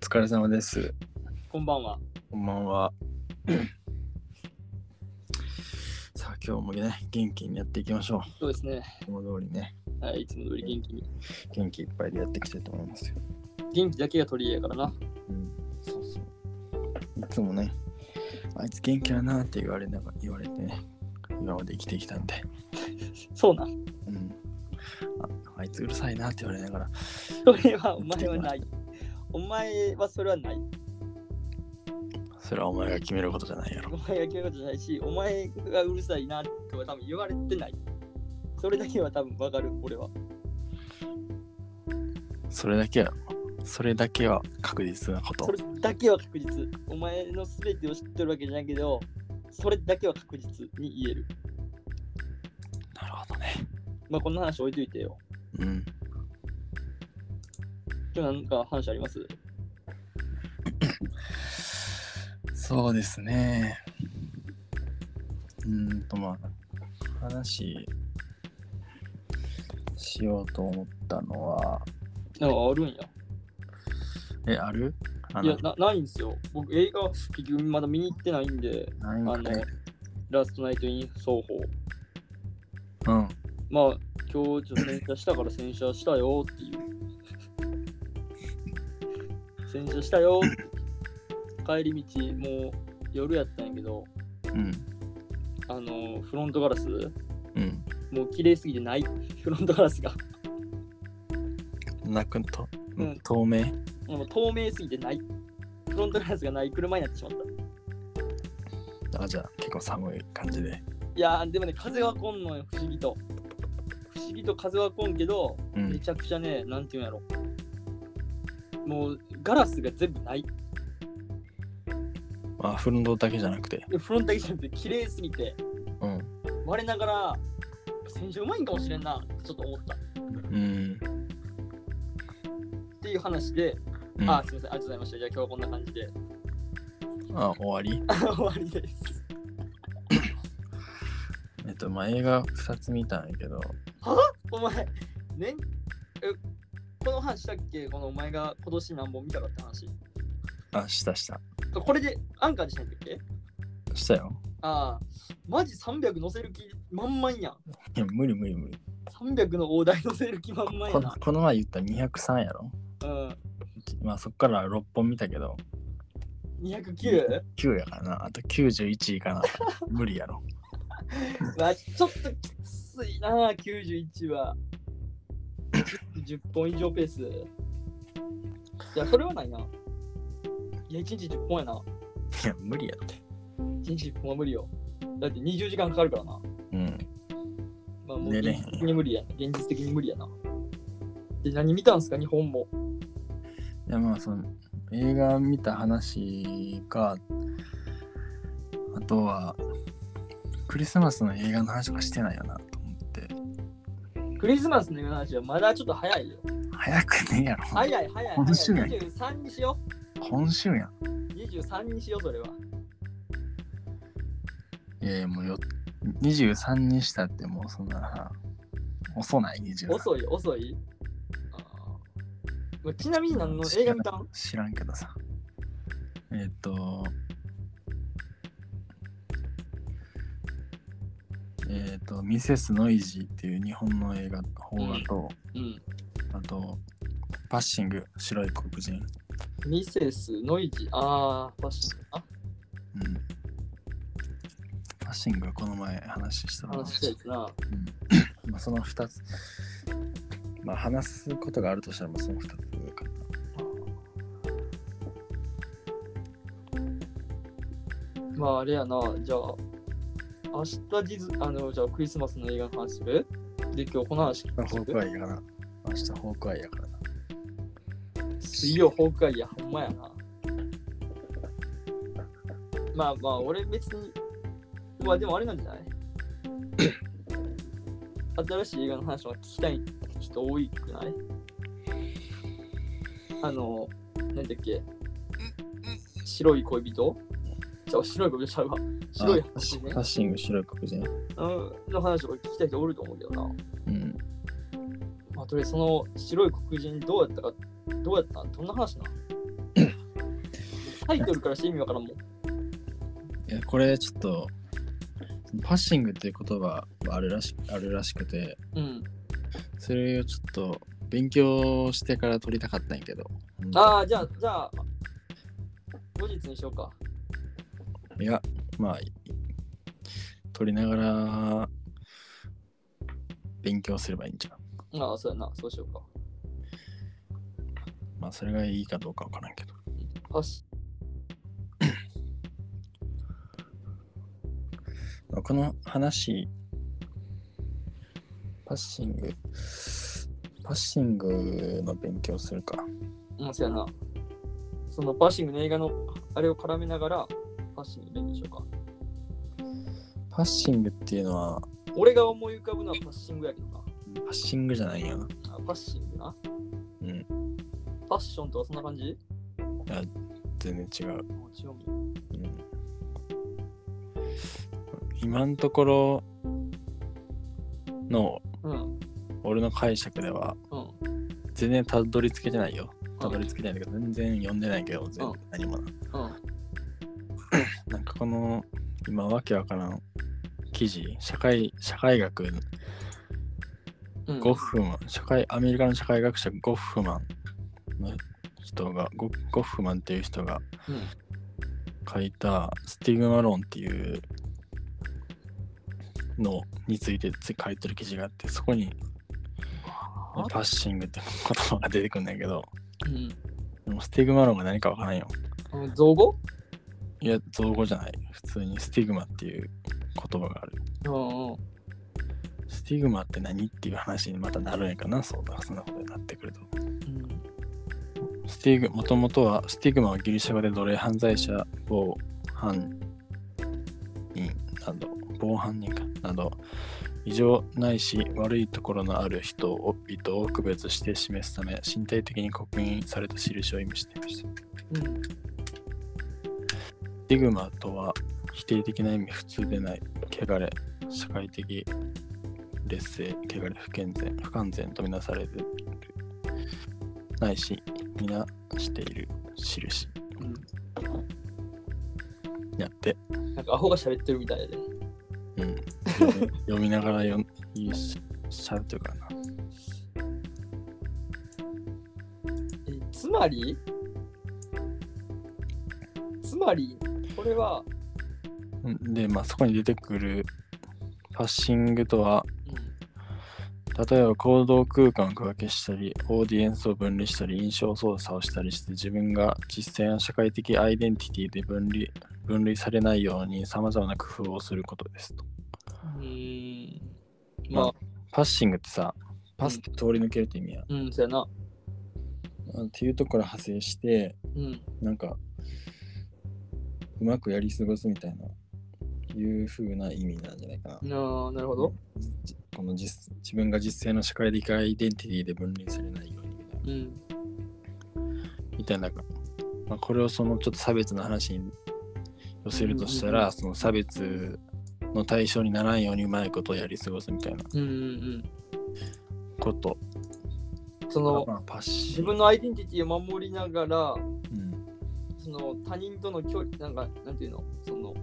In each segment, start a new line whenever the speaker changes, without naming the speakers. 疲れ様です。
こんばんは。
こんばんは。 さあ、今日もね、元気にやっていきましょ
そうですね。
う。いつも通りね、
はい、いつも通り元気に。
元気いっぱいでやっていきたいと思いますよ。
元気だけが取り柄やからな。
うん、そうそう。いつもね、あいつ元気やなって言われなが言われてね、今まで生きてきたんで、
そうなん。
うん。ああいつうるさいなって言われながら、
それはお前はない。お前はそれはない。
それはお前が決めることじゃないやろ
お。前が決めることじゃないし、お前がうるさいなとは多分言われてない。それだけは多分わかる、俺は。
それだけは、それだけは確実なこ
そ
と。
れだけは確実。お前の全てを知ってるわけじゃないけど、それだけは確実に言える。
なるほどね。
まあ、こんな話置いといてよ。
うん。
今日なんか話あります
そうですね。うーんとまあ話しようと思ったのは
なんかあるんや。
えあるあ
いや
の
な、ないんですよ。僕、映画、結局まだ見に行ってないんで。
ない
あ
んか
の
ね、
ラストナイトイン奏法。
うん
まあ、今日ちょっと洗車したから洗車したよっていう。洗車したよ。帰り道、もう夜やったんやけど、
うん
あの、フロントガラ
う
ス、
ん
もう綺麗すぎてない。フロントガラスが。
なくんと、
うん
透明
もう透明すぎてない。フロントガラスがない車になってしまった。
あじゃあ結構寒い感じで
いやー、でもね、風は来んのよ、不思議と。不思議と風は来んけど、
う
め
ん
ちゃくちゃね、なんていうんやろ。もうガラスが全部ない。
まあフロントだけじゃなくて
でフロントだけじゃなくて綺麗すぎて、
うん
我ながら、戦場うまいんかもしれんな、ちょっと思った。っ
うん、
ていう話で、
うん、
あ
あ、
すみません、ありがとうございました。じゃあ今日はこんな感じで
終 わり
終わりです。
えっとまあ映画2つ見たんやけど
お前、ねえ、この話したっけこのお前が今年何本見たかって話。
あしたした
これでアンカーにしたんだっけ
したよ
ああ、マジ300乗せる気満々や
い
ん。
や無理無理無理
300の大台乗せる気満々や
この
な。
この前言った203やろ
うん。
まあそっから6本見たけど
209?
9やからなあと91位か な無理やろ
まあ、ちょっときついな、91は。10本以上ペース。いや、それはないな。いや、1日10本やな。
いや無理やって
1日10本は無理よ。だって20時間かかるからな。
うん
まあ、もう
寝
現
れへん
実的に無理や。現実的に無理やな。で、何見たんすか、日本も。
いやまあその映画見た話かあとはクリスマスの映画の話とかしてないよなと思って
クリスマスの話はまだちょっと早いよ。
早くねえやろ
早い早い早い。
面白い
23にしよ
今週や
う。23にしよう、それは。
んいやいやもうよ23にしたってもうそんなさ遅ない23
遅い、遅い。あーまあちなみに何の映画見たん
知らんけどさえーっ、とえーっ、と「ミセス・ノイジー」っていう日本の映画邦画と、
うん。
あと「パッシング白い黒人
ミセス、ノイジー、あー、ファッション。あ、」
うんパッシングはこの前話したな
話したやつな。
まあその2つまあ話すことがあるとしたらまあその2つかな
まあ、あれやな、じゃあ、明日ディズ、あの、じゃあクリスマスの映画の話するで、今日この話聞
まあ
く
ホークアイやから明日ホークアイやからな
水曜崩壊や、ほんまやな。まあまあ、俺別に、まあでもあれなんじゃない新しい映画の話は聞きたい人多いくないあの、なんだっけ白い恋人じゃあ白い恋人ちゃうわ。白い
あパッシ
話
ング
ね
パ。ッシング白い黒人
うんの話とか聞きたい人おると思うけどな。
うん
まあ、とりあえずその白い黒人どうやったか、どうやったんどんな話なんタイトルからして意味わからんもん。
いやこれちょっとパッシングっていう言葉があるらしあるらしくて
うん。
それをちょっと勉強してから取りたかったんやけど
ああ、じゃあ、じゃあ、後日にしようか。
いやまあ取りながら勉強すればいいんじゃん
ああ、そうやな、そうしようか。
まあそれがいいかどうかわからんけど
パシ
この話パッシングパッシングの勉強するか
うん、そうやな。そのパッシングの映画のあれを絡めながら、パッシングの勉強しようか。
パッシングっていうのは
俺が思い浮かぶのはパッシングやけどな。
パッシングじゃないよな
あパッシングな。
うん。
パッションとかそんな感じ
全然違う、
もちろん。
うん今のところの
うん。
俺の解釈では
うん。
全然たどり着けてないよた
う
ど
ん
り着けてないんだけど全然読んでないけど全然何もな
うん。
なんかこの今わけわからん記事社会社会学
うん。
ゴッフマン社会アメリカの社会学者ゴッフマンの人がゴゴッフマンっていう人が
うん
書いたスティグマ論っていうのについてつい書いてる記事があってそこにパッシングって言葉が出てくるんだけどでもスティグマ論が何かわからんよ
うん。造語
いや造語じゃない普通にスティグマっていう言葉がある
うんうん。
スティグマって何っていう話にまたなるんやかなそうだそんなことになってくるとスティグもともとはスティグマはギリシャ語で奴隷犯罪者防犯人など防犯人かなど異常ないし悪いところのある人を人を区別して示すため身体的に刻印された印を意味していました
うん。
スティグマとは否定的な意味普通でない汚れ社会的劣勢汚れ不健全不完全とみなされているないしみなしている印
うん。
やって、
なんかアホが喋ってるみたいで。
うん、読みながら読んいいししゃべってるからな
えつまりつまりこれは、
うんでまあそこに出てくるパッシングとは例えば行動空間を区分けしたりオーディエンスを分離したり印象操作をしたりして自分が実際の社会的アイデンティティで分離分類されないようにさまざまな工夫をすることですと
うん、うんまあ、
パッシングってさパスって通り抜けるって意味や、
うん、そうやな。
うんっていうところから派生して
うん、
なんかうまくやり過ごすみたいないう風な意味なんじゃないかな、
なあなるほど。
じこの実自分が実際の社会的アイデンティティで分類されないようにみたいな
うん、
みたいな、まあ、これをそのちょっと差別の話に寄せるとした
うんうん
ら、
うん
その差別の対象にならんようにうまいことをやり過ごすみたいな
うん、うん
こと。
うん。その、
まあ、パッシ
自
ブ、
分のアイデンティティを守りながら、
うん
その他人との距離、なんか、なんていうの、その、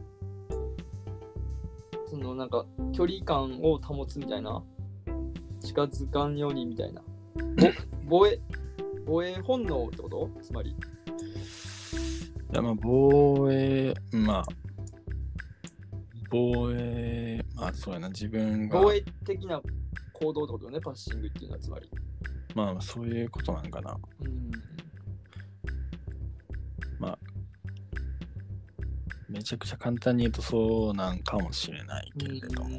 その、なんか、距離感を保つみたいな、近づかんようにみたいな。ぼ防衛、防衛本能ってことつまり。
いやまあ防衛、まあ、防衛、まあそうやな、自分が、
防衛的な行動ってことよね、パッシングっていうのはつまり。
まあそういうことなんかな。
うん。
めちゃくちゃ簡単に言うとそうなんかもしれないけれども。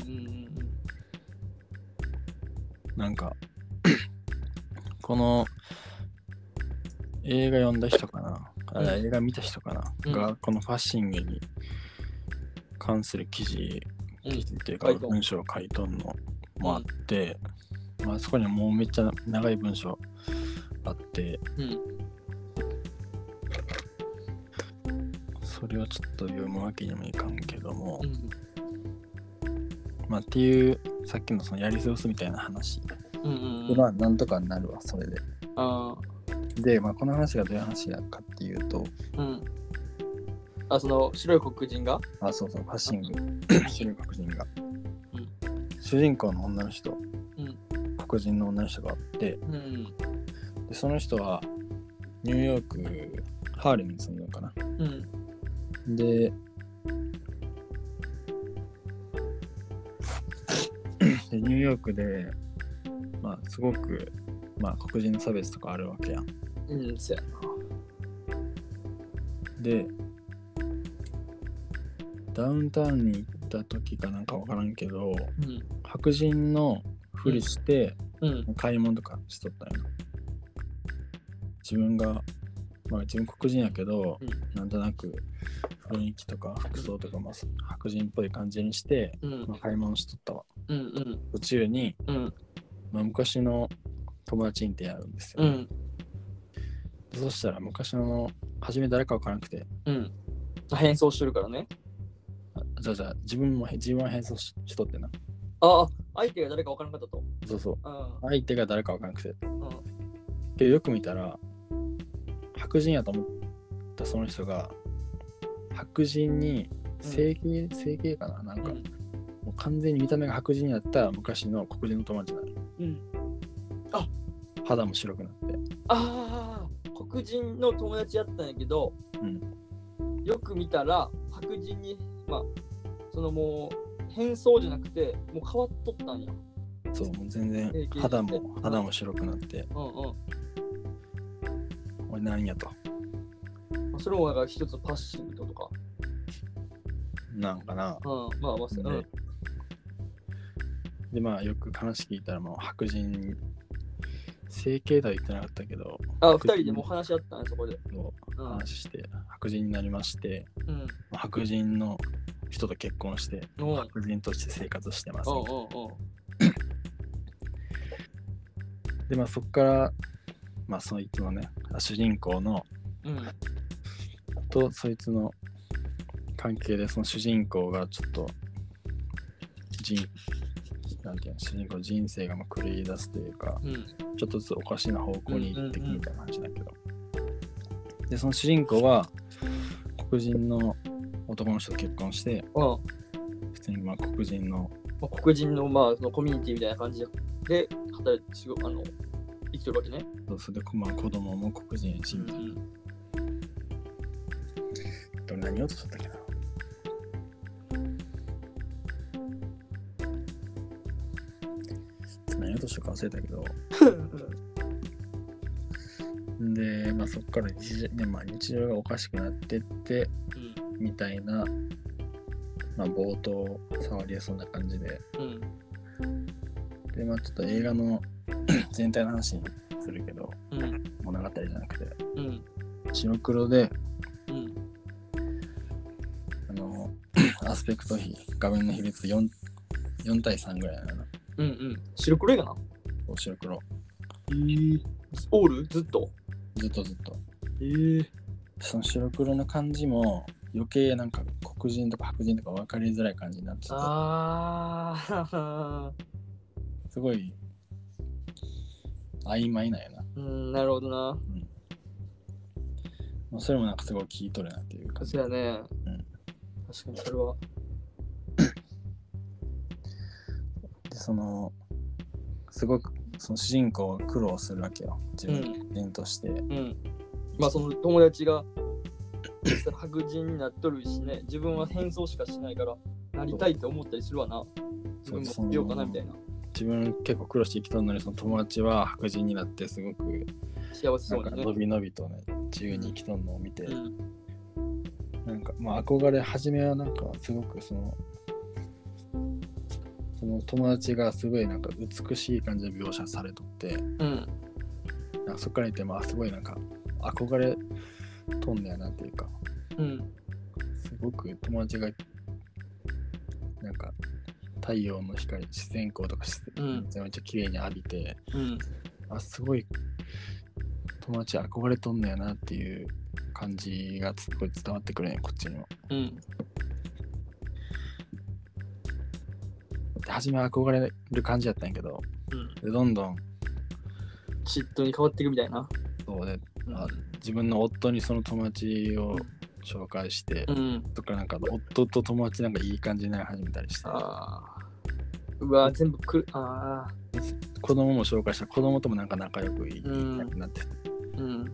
なんか この映画読んだ人かな、あ
うん
映画見た人かな、
うん
がこのファッシングに関する記事
うん
記事っていうか
書いとん
文章を書いとんのもあって、まあそこにはもうめっちゃ長い文章あって
うん。
それをちょっと読むわけにもいかんけども、
うん。
まあっていうさっきのそのやり過ごすみたいな話、
うん。うん。うん。
まあなんとかなるわそれで
あ
で、まあ、この話がどういう話やかっていうと
ーうん。あ、その白い黒人が
あ、そうそう、パッシング。 白い黒人が
うん。
主人公の女の人、
うん
黒人の女の人があって、
うん。
でその人はニューヨーク、ハーレムに住んでるのかな。
うん。
で、でニューヨークで、まあ、すごく、まあ、黒人の差別とかあるわけやん。
うん。そうや
で、ダウンタウンに行った時かなんかわからんけど、
うん。
白人のふりして
うん。
買い物とかしとったんよ。自分が、まあ自分黒人やけど、なんとなく雰囲気とか服装とかも白人っぽい感じにして、
うん。うん
まあ、買い物しとったわ。
うん。うん。
途中に、
うん。
まあ、昔の友達に出会うんですよ、
う
ね
ん。
そしたら昔の初め誰かわからなくて、
うん。変装してるからね。
あじゃあじゃあ自分も自分は変装ししとってな。
ああ、相手が誰か分からなかったと。
そうそう。
うん。
相手が誰かわからなくて。
うん。
けどよく見たら白人やと思ったその人が白人に整形、整形かななんか、
うん
もう完全に見た目が白人やった昔の黒人の友達なの
うん。
肌も白くなって
ああ、黒人の友達やったんやけど、よく見たら白人に、まあ、そのもう変装じゃなくて、もう変わっとったんや。
そうもう全然
整形して
肌も肌も白くなって
うんう
俺なんやと
ん。まあ、それもだから一つのパッシングとか。
なんかな
うん。まあ、まあ、そうや
ででまあよく話聞いたらもう白人整形とは言ってなかったけど
あ、二人でもう話し合ったんや、そこで。
も
う。
うん話して白人になりまして
うん。
まあ白人の人と結婚して
おう
白人として生活してます。
おうおう
で、まあ、そこから、まあ、そいつのね、主人公の
おう。うん。
とそいつの関係で、その主人公がちょっと、人なんていうの、主人公の人生がまあ狂い出すというか、
うん。
ちょっとずつおかしな方向に行っていくみたいな話だけど。で、その主人公は、黒人の男の人と結婚して、
うん。
普通にまあ黒人の
まあ、黒人の、まあ、そのコミュニティみたいな感じで、働いて、すごいあの、生きてるわけね。
そうそれで、まあ、子供も黒人やし、みたいなでも何言おうとしとったっけな何言おうとしたか忘れたけどで、まあ、そこから日常,、ねまあ、日常がおかしくなってって
うん。
みたいな、まあ、冒頭触りやそうな感じで
うん。
で、まあ、ちょっと映画の 全体の話にするけど
うん。
物語じゃなくて
うん。
白黒で
うん。
あの アスペクト比画面の比率 4, 4対3ぐらいなの
うんうん。白黒映画な。
白黒
えー、オールずっと。
ずっとずっと
えー、
その白黒の感じも余計なんか黒人とか白人とか分かりづらい感じになってて
あ
すごい曖昧なんよな、
ー。 うん、なるほどな。
まあ、それもなんかすごい聞いとるなっていう感じ
そうやね。
うん
確かにそれは。
でそのすごくその主人公は苦労するわけよ自分
う
人として、
うん。まあその友達が実際白人になっとるしね、自分は変装しかしないから、なりたいと思ったりするわな。自分も
そう
必要かなみたいな。
自分結構苦労して生きとるのにその友達は白人になってすごく
幸せ
な
そ
ん
う
か
にね
伸。び伸びとね自由に生きとるのを見て、
うん
なんかまあ憧れ初めはなんかすごくそのその友達がすごいなんか美しい感じで描写されとって
うん。
なんかそっから見てまあすごいなんか憧れとんだよなっていうか
うん。
すごく友達がなんか太陽の光自然光とかし
うん
めちゃめちゃ綺麗に浴びて、
うん。
あすごい友達憧れとんだよなっていう感じがすごい伝わってくるねこっちにも。
うん。
で初めは憧れる感じやったんやけど
うん。
でどんどん
嫉妬に変わっていくみたいな。
そうで
うん
あ自分の夫にその友達を紹介して、
うん。
とかなんか夫と友達なんかいい感じになり始めたりして、
ああ。うわ、全部くる。ああ。
子供も紹介した子供ともなんか仲良くいい
うん
なってて、
うん。
で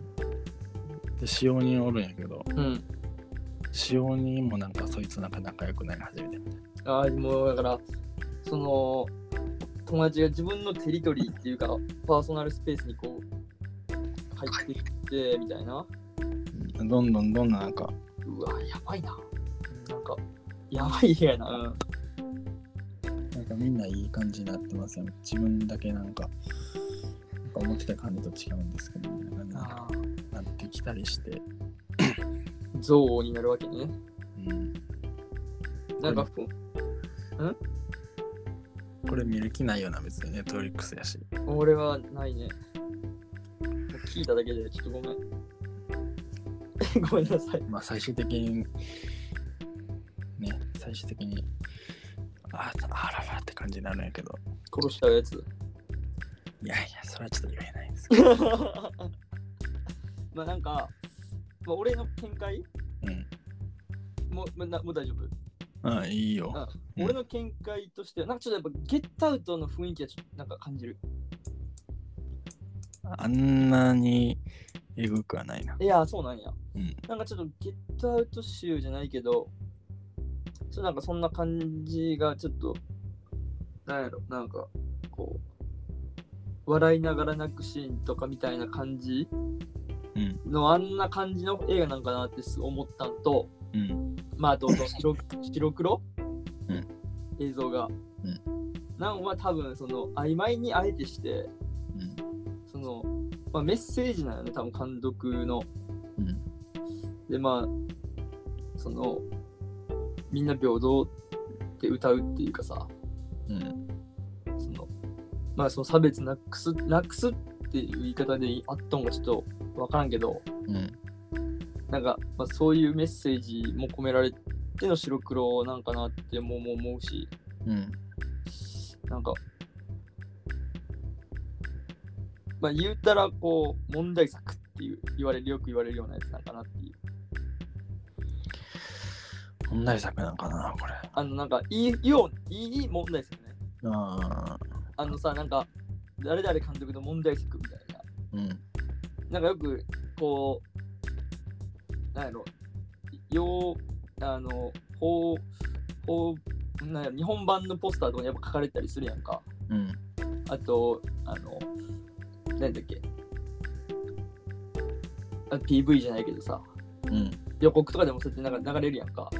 使用人おるんやけど
うん。
使用人もなんかそいつなんか仲良くなり始めて
ああ、もうだから、その、友達が自分のテリトリーっていうか、パーソナルスペースにこう、入ってきて、みたいな。
どんどんどんどんなんか
うわ、やばいな。なんか、やばいやな。うん。
なんかみんないい感じになってますよね自分だけなんかなんか思ってた感じと違うんですけどみたいな感じに
ああ。
なってきたりして、
憎悪になるわけね。
うん、
なんか、
これ見る気ないよな別にねトリックスやし
俺はないね。聞いただけで、ちょっとごめん。 ごめんなさい。
まあ最終的にね最終的にああららって感じになるんやけど
殺したや つ。
いやいやそれはちょっと言えないんですけど
まあなんか、まあ、俺の見解
うん
もう、まあなもう大丈夫、
ああ、いいよ。
うん俺の見解としては、なんかちょっとやっぱゲットアウトの雰囲気はちょっとなんか感じる。
あんなにえぐくはないな。
いや、そうなんや。
うん
なんかちょっとゲットアウト集じゃないけど、ちょっとなんかそんな感じがちょっと、なんやろ、なんかこう、笑いながら泣くシーンとかみたいな感じ
うん。
のあんな感じの映画なんかなってすごい思ったのと、
うん。
まあ、あ とその白白黒、
うん
映像が。
うん
なんは多分その曖昧にあえてして、
うん。
その、まあ、メッセージなのね、多分監督の。
うん。
でまあそのみんな平等って歌うっていうかさ
うん。
そのまあその差別なくすなくすっていう言い方であったんかちょっと分からんけど
うん。
なんか、まあ、そういうメッセージも込められての白黒なんかなってももう思うし
うん。
なんかまあ言うたらこう問題作っていう言われるよく言われるようなやつなんかなっていう
問題作なんかな、これ。
あのなんかいいよういい問題ですよね
ああ。
あのさ、なんか、誰々監督の問題作みたい
うん。
な。なんかよく、こう、なんやろ、よう、あの、ほう、ほう、なんやろ、日本版のポスターとかにやっぱ書かれたりするやんか。
うん。
あと、あの、なんだっけ。あ PV じゃないけどさ、
うん。
予告とかでもそうやってなんか流れるやんか。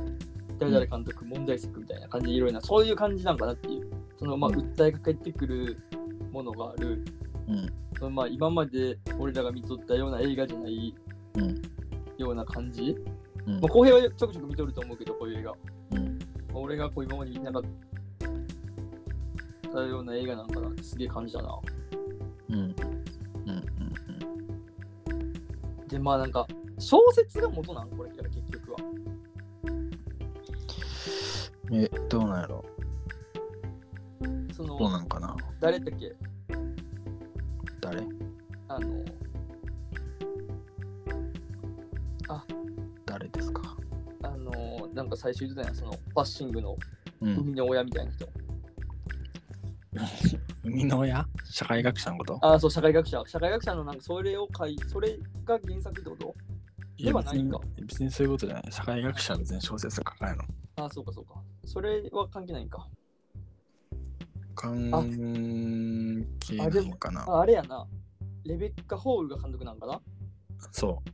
誰々監督問題作みたいな感じでいろいろな、そういう感じなんかなっていう。その、まあ、
うん
訴えかけてくるものがある。
うん。
まあ、今まで俺らが見とったような映画じゃない
うん
ような感じ、
うん
まあ、浩平はちょくちょく見とると思うけどこういう映画、ま
うん。
あ俺がこう今まで見てなかったような映画なんかなってすげえ感じだな
うん。
でまあなんか小説が元なんこれから結局は
うん。え、どうなんやろ
そ
どう
の
なんかな
誰だっけ
誰
あの
誰ですか
あのなんか最終言ってたやんそのバッシングの
うん。
海の親みたいな人、
海の親社会学者のこと
ああそう社会学者社会学者のなんかそれを書いそれが原作ってこと
いや
ではないか
別に別にそういうことじゃない。社会学者は別に小説書かないの。
ああそうかそうかそれは関係ないんか
関係ないのかな
ああれやな。レベッカ・ホールが監督なんかな
そう。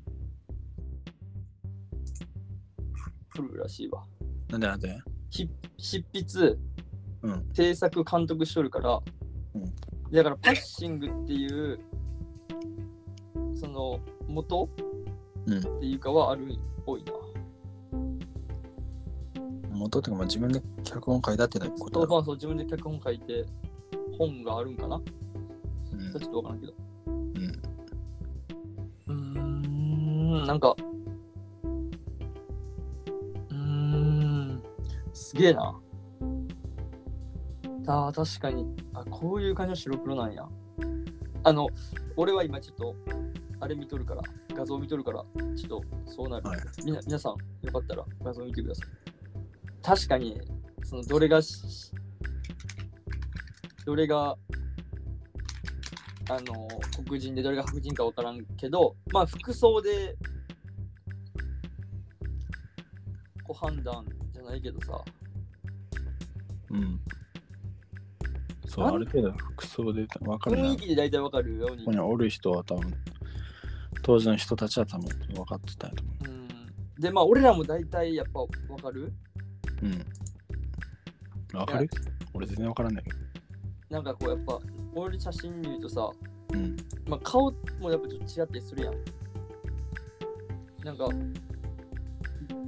フルらしいわ。
なんでなんで
ひ執筆、
うん
制作、監督しとるから、
うん
だからパッシングっていう、その元、
うん
っていうかはあるっぽいな。
元っていうか、まあ、自分で脚本書いたってないこと
当
だろ
番そう自分で脚本書いて、本があるんかな
うん
それちょっとわからんけど。うーん、なんか、うーん、すげえな。あー確かに、あ、こういう感じの白黒なんや。あの、俺は今ちょっと、あれ見とるから、画像見とるから、ちょっとそうなる。
はい
みな皆さん、よかったら画像見てください。確かに、そのどれがし、どれが、あの、黒人でどれが白人かわからんけど、まあ、服装で、こう判断じゃないけどさ、
うん。そう、
なん
ある程度服装で分かる
雰
な。
囲
こ
気で大体わかるように
こ。におる人は多分、当時の人たちは多分分かってたやと思
うんで、まあ、俺らも大体やっぱわかる
う。うん。分かる俺全然分からんないけど。
なんかこうやっぱ俺写真見るとさ、
うん。
まあ、顔もやっぱちょっと違ってするやんなんか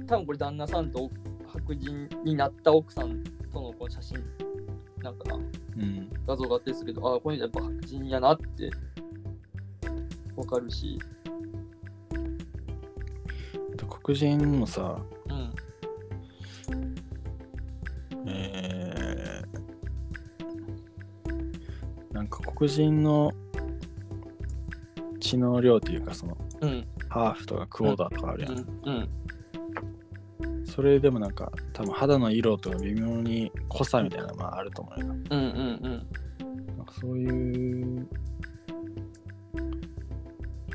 多分これ旦那さんと白人になった奥さんとのこの写真なんか
うん。
画像があってするけどああこの人やっぱ白人やなってわかるし
あと黒人もさ、
うん
えー、なんか黒人の知能量というか、その、
うん
ハーフとかクォーターとかあるやん。
うん
それでもなんか、多分肌の色とか微妙に濃さみたいなのもあると思うよな。
うんうん
なんかそういう、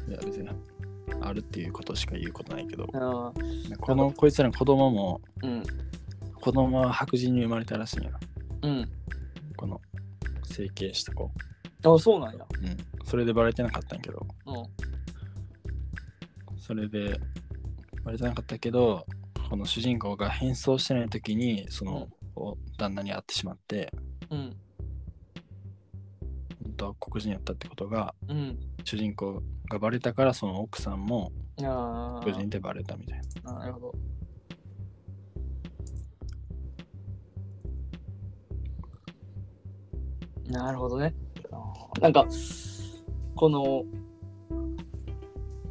いや別に、あるっていうことしか言うことないけど、
うんあー
このこいつらの子供も、
うん
子供は白人に生まれたらしいんやな。
うん
この整形した子。
あそうなんや
うん。それでバレてなかったんやけど、
うん
それでバレてなかったけど、この主人公が変装してない時に、その、お旦那に会ってしまって、
うん
本当は黒人やったってことが、
うん
主人公がバレたから、その奥さんも
あ
黒
ー
人でバレたみたいな。
あーなるほどなるほどね。なんか、この、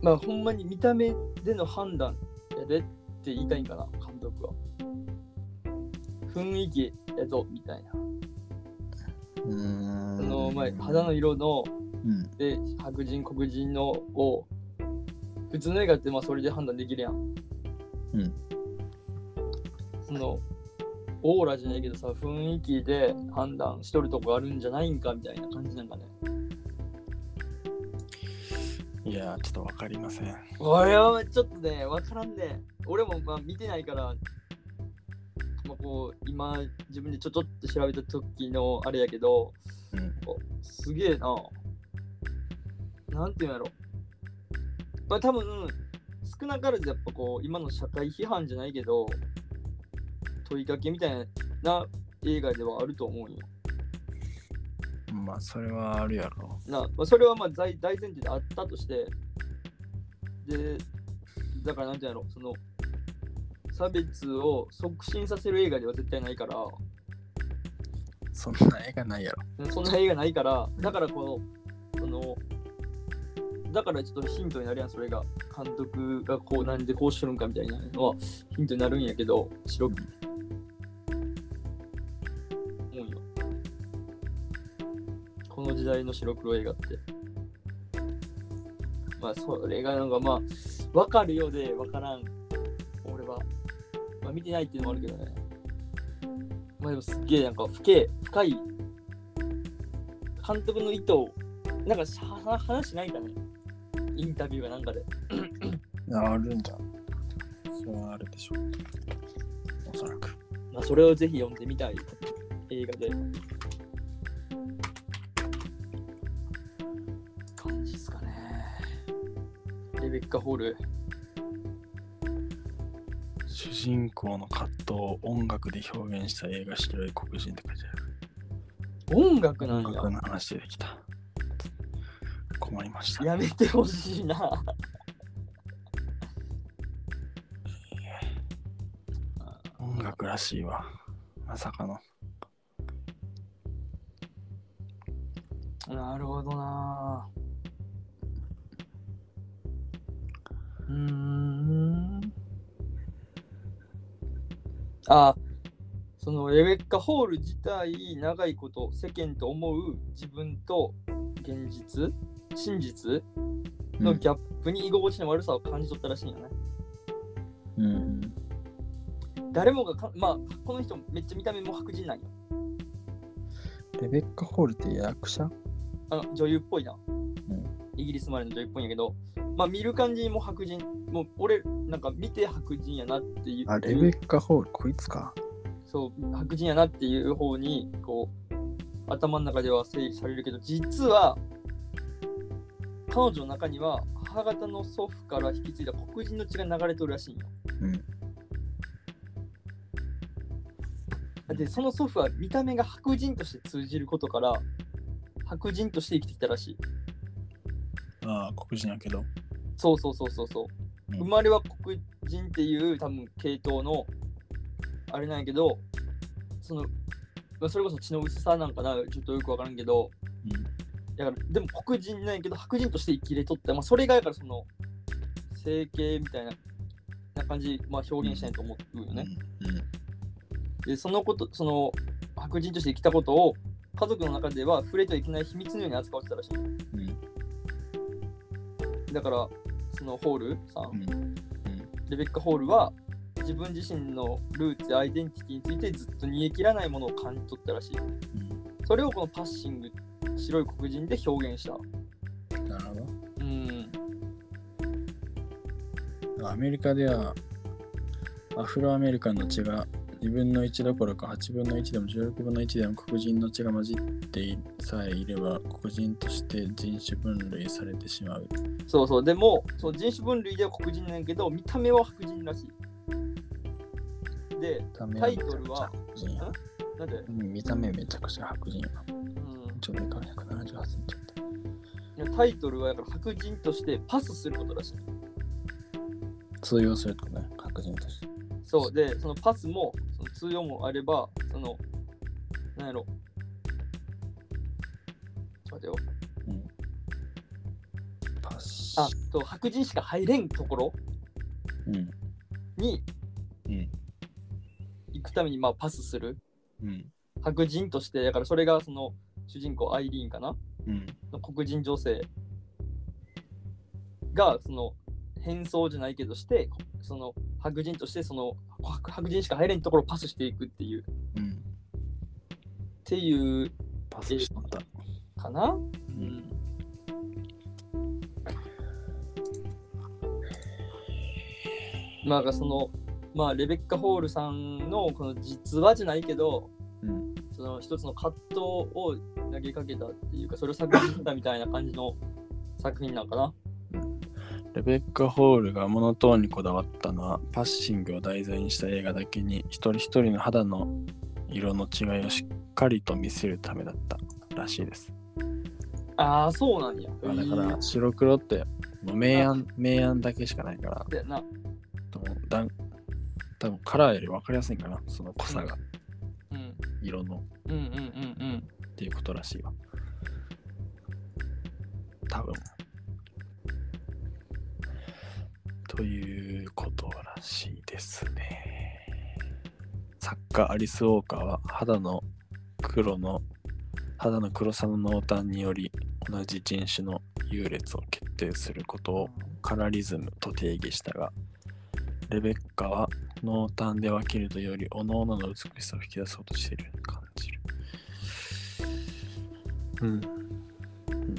まあ、ほんまに見た目での判断やでって言いたいんかな、監督は。雰囲気やぞ、みたいな。
うーん
その、まあ、肌の色の、
うん。
で、白人、黒人のを、普通の映画って、まあ、それで判断できるやん。
うん。
その、オーラじゃないけどさ、雰囲気で判断しとるとこあるんじゃないんか、みたいな感じなんかね。
いやー、ちょっとわかりません。
俺はちょっとね、わからんね。俺もまあ見てないから、まあ、こう今自分でちょちょっと調べた時のあれやけど、
うん。
すげえな。なんていうんやろ。まあ多分、少なからずやっぱこう、今の社会批判じゃないけど、問いかけみたいな映画ではあると思うんよ。
まあ、それはあるやろ。
なまあ、それはまあ大大前提であったとして、で、だからなんていうんやろ、その、差別を促進させる映画では絶対ないから、
そんな絵がないやろ。
そんな映画ないから、だからこの、その、だからちょっとヒントになるやん、それが。監督がこう、なんでこうしとるんかみたいなのはヒントになるんやけど、白く。思うよ。この時代の白黒映画って。まあ、それがなんかまあ、わかるようでわからん。俺は。まあ、見てないっていうのもあるけどね。まあでもすっげえなんか深い、深い監督の意図を、なんかしは話しないんだね。インタビューがなんかで。
あるんじゃん。それはあるでしょう。おそらく。
まあ、それをぜひ読んでみたい映画で。感じですかね。レベッカ・ホール。
主人公の葛藤を音楽で表現した映画「白い黒人」って書いてある。
音楽なん
音
や
楽。の話出てきた。困りました。
やめてほしいな。
音楽らしいわ。まさかの。
なるほどな。うーん。あ、そのレベッカ・ホール自体、長いこと世間と思う自分と現実、真実のギャップに居心地の悪さを感じ取ったらしいんよね。
うん。
誰もがか、まあ、この人めっちゃ見た目も白人なんよ。
レベッカ・ホールって役者
あの女優っぽいな、
ん
イギリス生まれの女優っぽいんやけど、まあ見る感じも白人、もう俺なんか見て白人やなっていう、
あ、レベッカ・ホール、こいつか。
そう白人やなっていう方にこう頭の中では整理されるけど、実は彼女の中には母方の祖父から引き継いだ黒人の血が流れとるらしいんよ。
うん。
で、その祖父は見た目が白人として通じることから、白人として生きてきたらしい。
ああ、黒人やけど。
そうそうそうそうそう。
うん
生まれは黒人っていう多分系統のあれなんやけど、その、まあ、それこそ血の薄さなんかな、ちょっとよくわからんけど、だからでも黒人なんやけど白人として生きれとって、まあ、それがやからその整形みたいなな感じ、まあ、表現したいと思うよ
う
ね。
うん。
でそのことその白人として生きたことを家族の中では触れてはいけない秘密のように扱われてたらしい。
うん。
だからそのホールさん、
うん。
レベッカ・ホールは自分自身のルーツやアイデンティティについてずっと煮え切らないものを感じ取ったらしい。
うん
それをこのパッシング白い黒人で表現した。
うん。なるほど。
うん。
アメリカではアフロアメリカンの血が2分の1どころか8分の1でも16分の1でも黒人の血が混じってさえいれば黒人として人種分類されてしまう。
そうそう。でも、その人種分類では黒人なんやけど、見た目は白人らしい。で、
ため
タイトルは
めちゃくちゃ白人や
なんで、
うん見た目めちゃくちゃ白人やな。
うん
ちょうどか178センチって。
いや、タイトルはやから白人としてパスすることらしい。
通用するとね、白人として。
そうで、そのパスもその通用もあれば、その、なんやろ。ちょっと待てよ。
うん。パス。
あ、そう、白人しか入れんところ
うん。
に
うん。
行くためにまあパスする。
うん。
白人として、だからそれがその主人公アイリーンかな
うん。
の黒人女性がその変装じゃないけどしてこその白人としてその白白人しか入れんところをパスしていくっていう
うん。
っていう
パスしとった。
かな、
う。
うんん、まあそのまあレベッカ・ホールさんのこの実話じゃないけど
うん。
その一つの葛藤を投げかけたっていうかそれを作品にしたみたいな感じの作品なんかな
レベッカ・ホールがモノトーンにこだわったのはパッシングを題材にした映画だけに一人一人の肌の色の違いをしっかりと見せるためだったらしいです。
ああそうなんや
まあだか
へ
ら白黒ってもう明暗明暗だけしかないから
ーだよな
ともだん多分カラーより分かりやすいんかなその濃さが
うん
色の
うんうんうんうん
っていうことらしいわ。多分ということらしいですね。作家アリス・ウォーカーは肌の黒の肌の黒さの濃淡により同じ人種の優劣を決定することをカラリズムと定義したがレベッカは濃淡で分けるとより各々の美しさを引き出そうとしているように感じる。うん。うん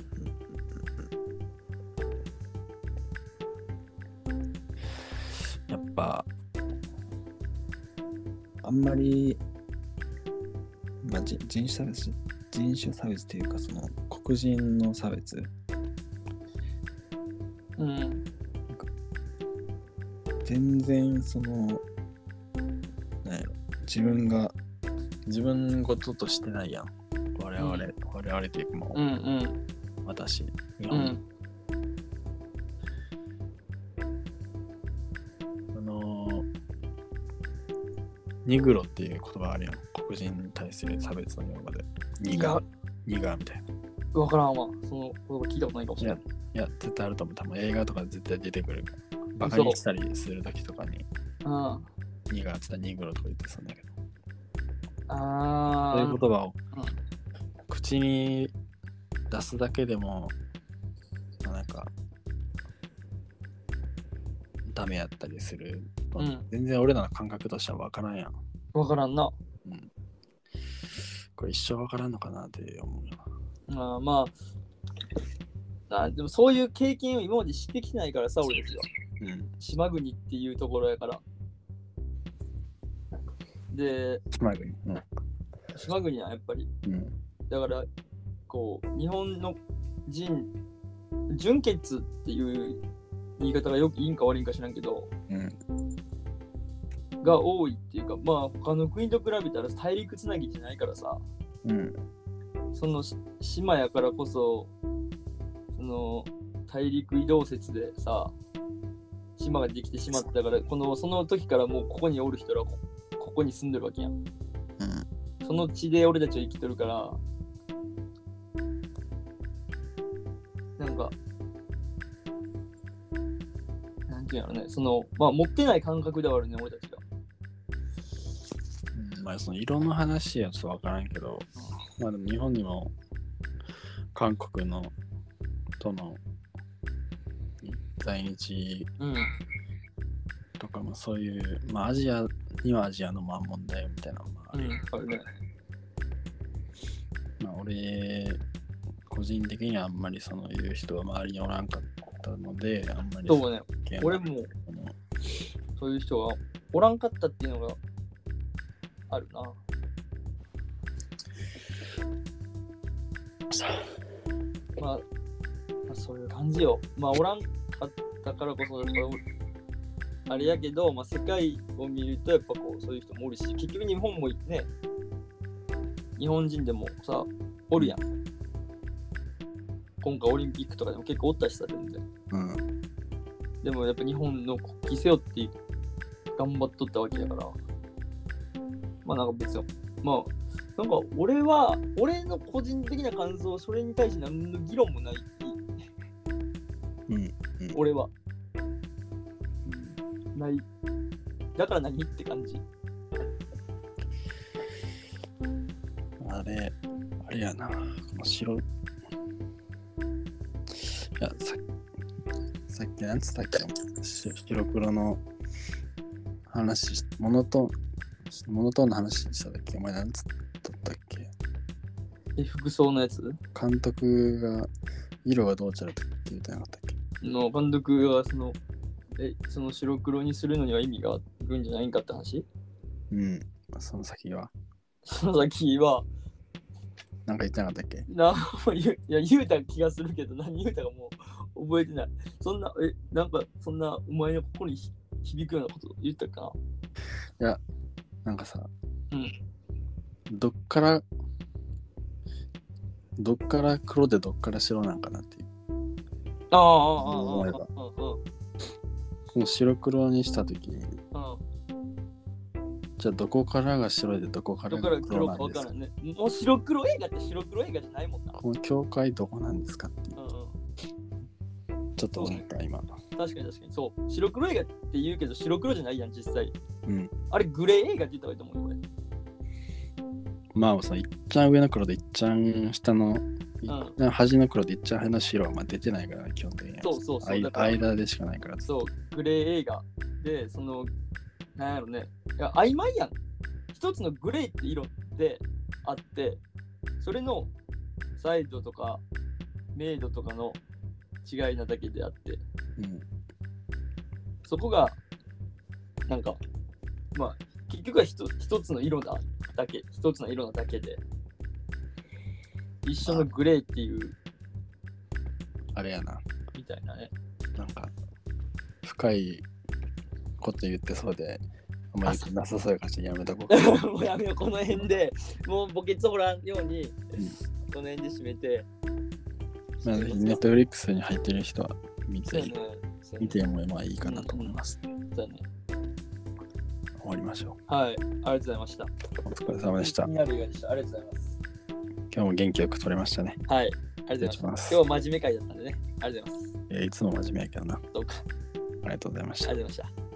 やっぱあんまり、まあ、人人種差別人種差別っていうかその黒人の差別
うん
全然そのなんやろ自分が自分事としてないやん我々、
うん
我々というかも
うんうん
う私日
う
本人
ん
あのーニグロっていう言葉あるやん。黒人に対する差別の用語で。ニガー。ニガーみたいな。
分からんわその言葉聞いたことないかもしれない
いや、絶対あると思う。多分映画とかで絶対出てくるから。バカにしたりするときとかに、
うんあ
ニガーって言ったらニグロとか言ってそうだけど。
あ
そう
ー
いう言葉を
うん
口に出すだけでも、なんか、ダメやったりする、
うん
全然俺らの感覚としては分からんやん
わからんな。
これ一生分からんのかなって思うよ
まあまあ。あでもそういう経験を今までしてきてないからさ、俺ですよ。
なうん
島国っていうところやから。で、
島国うん
島国はやっぱり。
うん
だから、こう、日本の人、純血っていう言い方がよくいいんか悪いんか知らんけど、
うん
が多いっていうか、まあ他の国と比べたら大陸つなぎじゃないからさ、
うん
そのし島やからこそ、その大陸移動説でさ、島ができてしまったから、このその時からもうここにおる人らはこここに住んでるわけやん。その地で俺たちは生きとるから、なんか、なんていうんやろね、その、まあ持ってない感覚ではあるね、俺たちが。
うんまあその色の話やちょっと分からんけど、まあでも日本にも韓国のとの在日
うん。
とかもそういう、まあ、アジアにはアジアのまあ問題みたいなのもあ
う
る、
ん、あるね。
まあ、俺個人的にはあんまりそのいう人は周りにおらんかったのであんまり
そうね、
見
俺もそういう人がおらんかったっていうのがあるな。まあ、まあ、そういう感じよ。まあ、おらんかったからこそ、やっぱあれやけど、まあ、世界を見ると、やっぱこう、そういう人もおるし、結局日本もね、日本人でもさ、おるやん。今回オリンピックとかでも結構おったしさ、全然。
うん
でもやっぱ日本の国旗背負って頑張っとったわけだから。まあなんか別に、まあなんか俺は、俺の個人的な感想、それに対して何の議論もない。
うん
俺は。ない。だから何って感じ。
あれあれやなこの白いやささっきなんつったっけし白黒の話しモノトーンモノトーンの話した時お前なんつっとったっけ
え、服装のやつ
監督が色がどうちゃらって言ってなかったっけ
の監督がその、え、その白黒にするのには意味があるんじゃないんかって話
うん。その先は。
その先は、
なんか言ってなかったっけ
な も言ういや言うた気がするけど何言うたかもう覚えてないそんなえなんかそんなお前の心にひ響くようなこと言ったか
なんかさ、
うん
どっから、どっから黒でどっから白なんかなっていう。
なああ
思え
あ
ば
ああ
この白黒にした時に、
あああ
じゃあどこからが白でどこから
だから
が黒
黒
な
か
んで
分か
す
ら
か
んねもう白黒映画って白黒映画じゃないもんな
この境界どこなんですかっていう
うん、うん、
ちょっと思った今。
確かに確かにそう白黒映画って言うけど白黒じゃないやん実際
うん
あれグレー映画って言った方がいいと思うよこれ
まあさ、いっちゃん上の黒でいっちゃん下の、いっちゃん端の黒でいっちゃん端の白はまあ出てないから、ね、基本的には。
そうそうそう
あい
だから
間でしかないから。
そう、グレー映画で、その、なんやろね、いや曖昧やん。一つのグレーって色ってあって、それのサイドとか、明度とかの違いなだけであって、
うん。
そこが、なんか、まあ、結局は一一つの色だだけ、一つの色なだけで、一緒のグレーっていう、
あれやな。
みたいなね。
なんか深いこと言ってそうであんまり良くなさそうやからちょっとやめとこうか
もうやめよう、この辺で、もうボケツ掘らんように、この辺で締めて。
まあぜひネットフリックスに入ってる人は見
そう
て、
やね。
見てもまあいいかなと思います、
そうやね。
終わりましょ
はい、ありがとうございました。
うお疲れ様でした
気になる映画でした。ありがとうございます。
今日も元気よく撮れましたね
はい、ありがとうございます。
お願いします
今日真面目会だったんでね。ありがとうございます。
いやいつも真面目やけどな
どうか。
ありがとうございまし
あ
た
りがとうございました。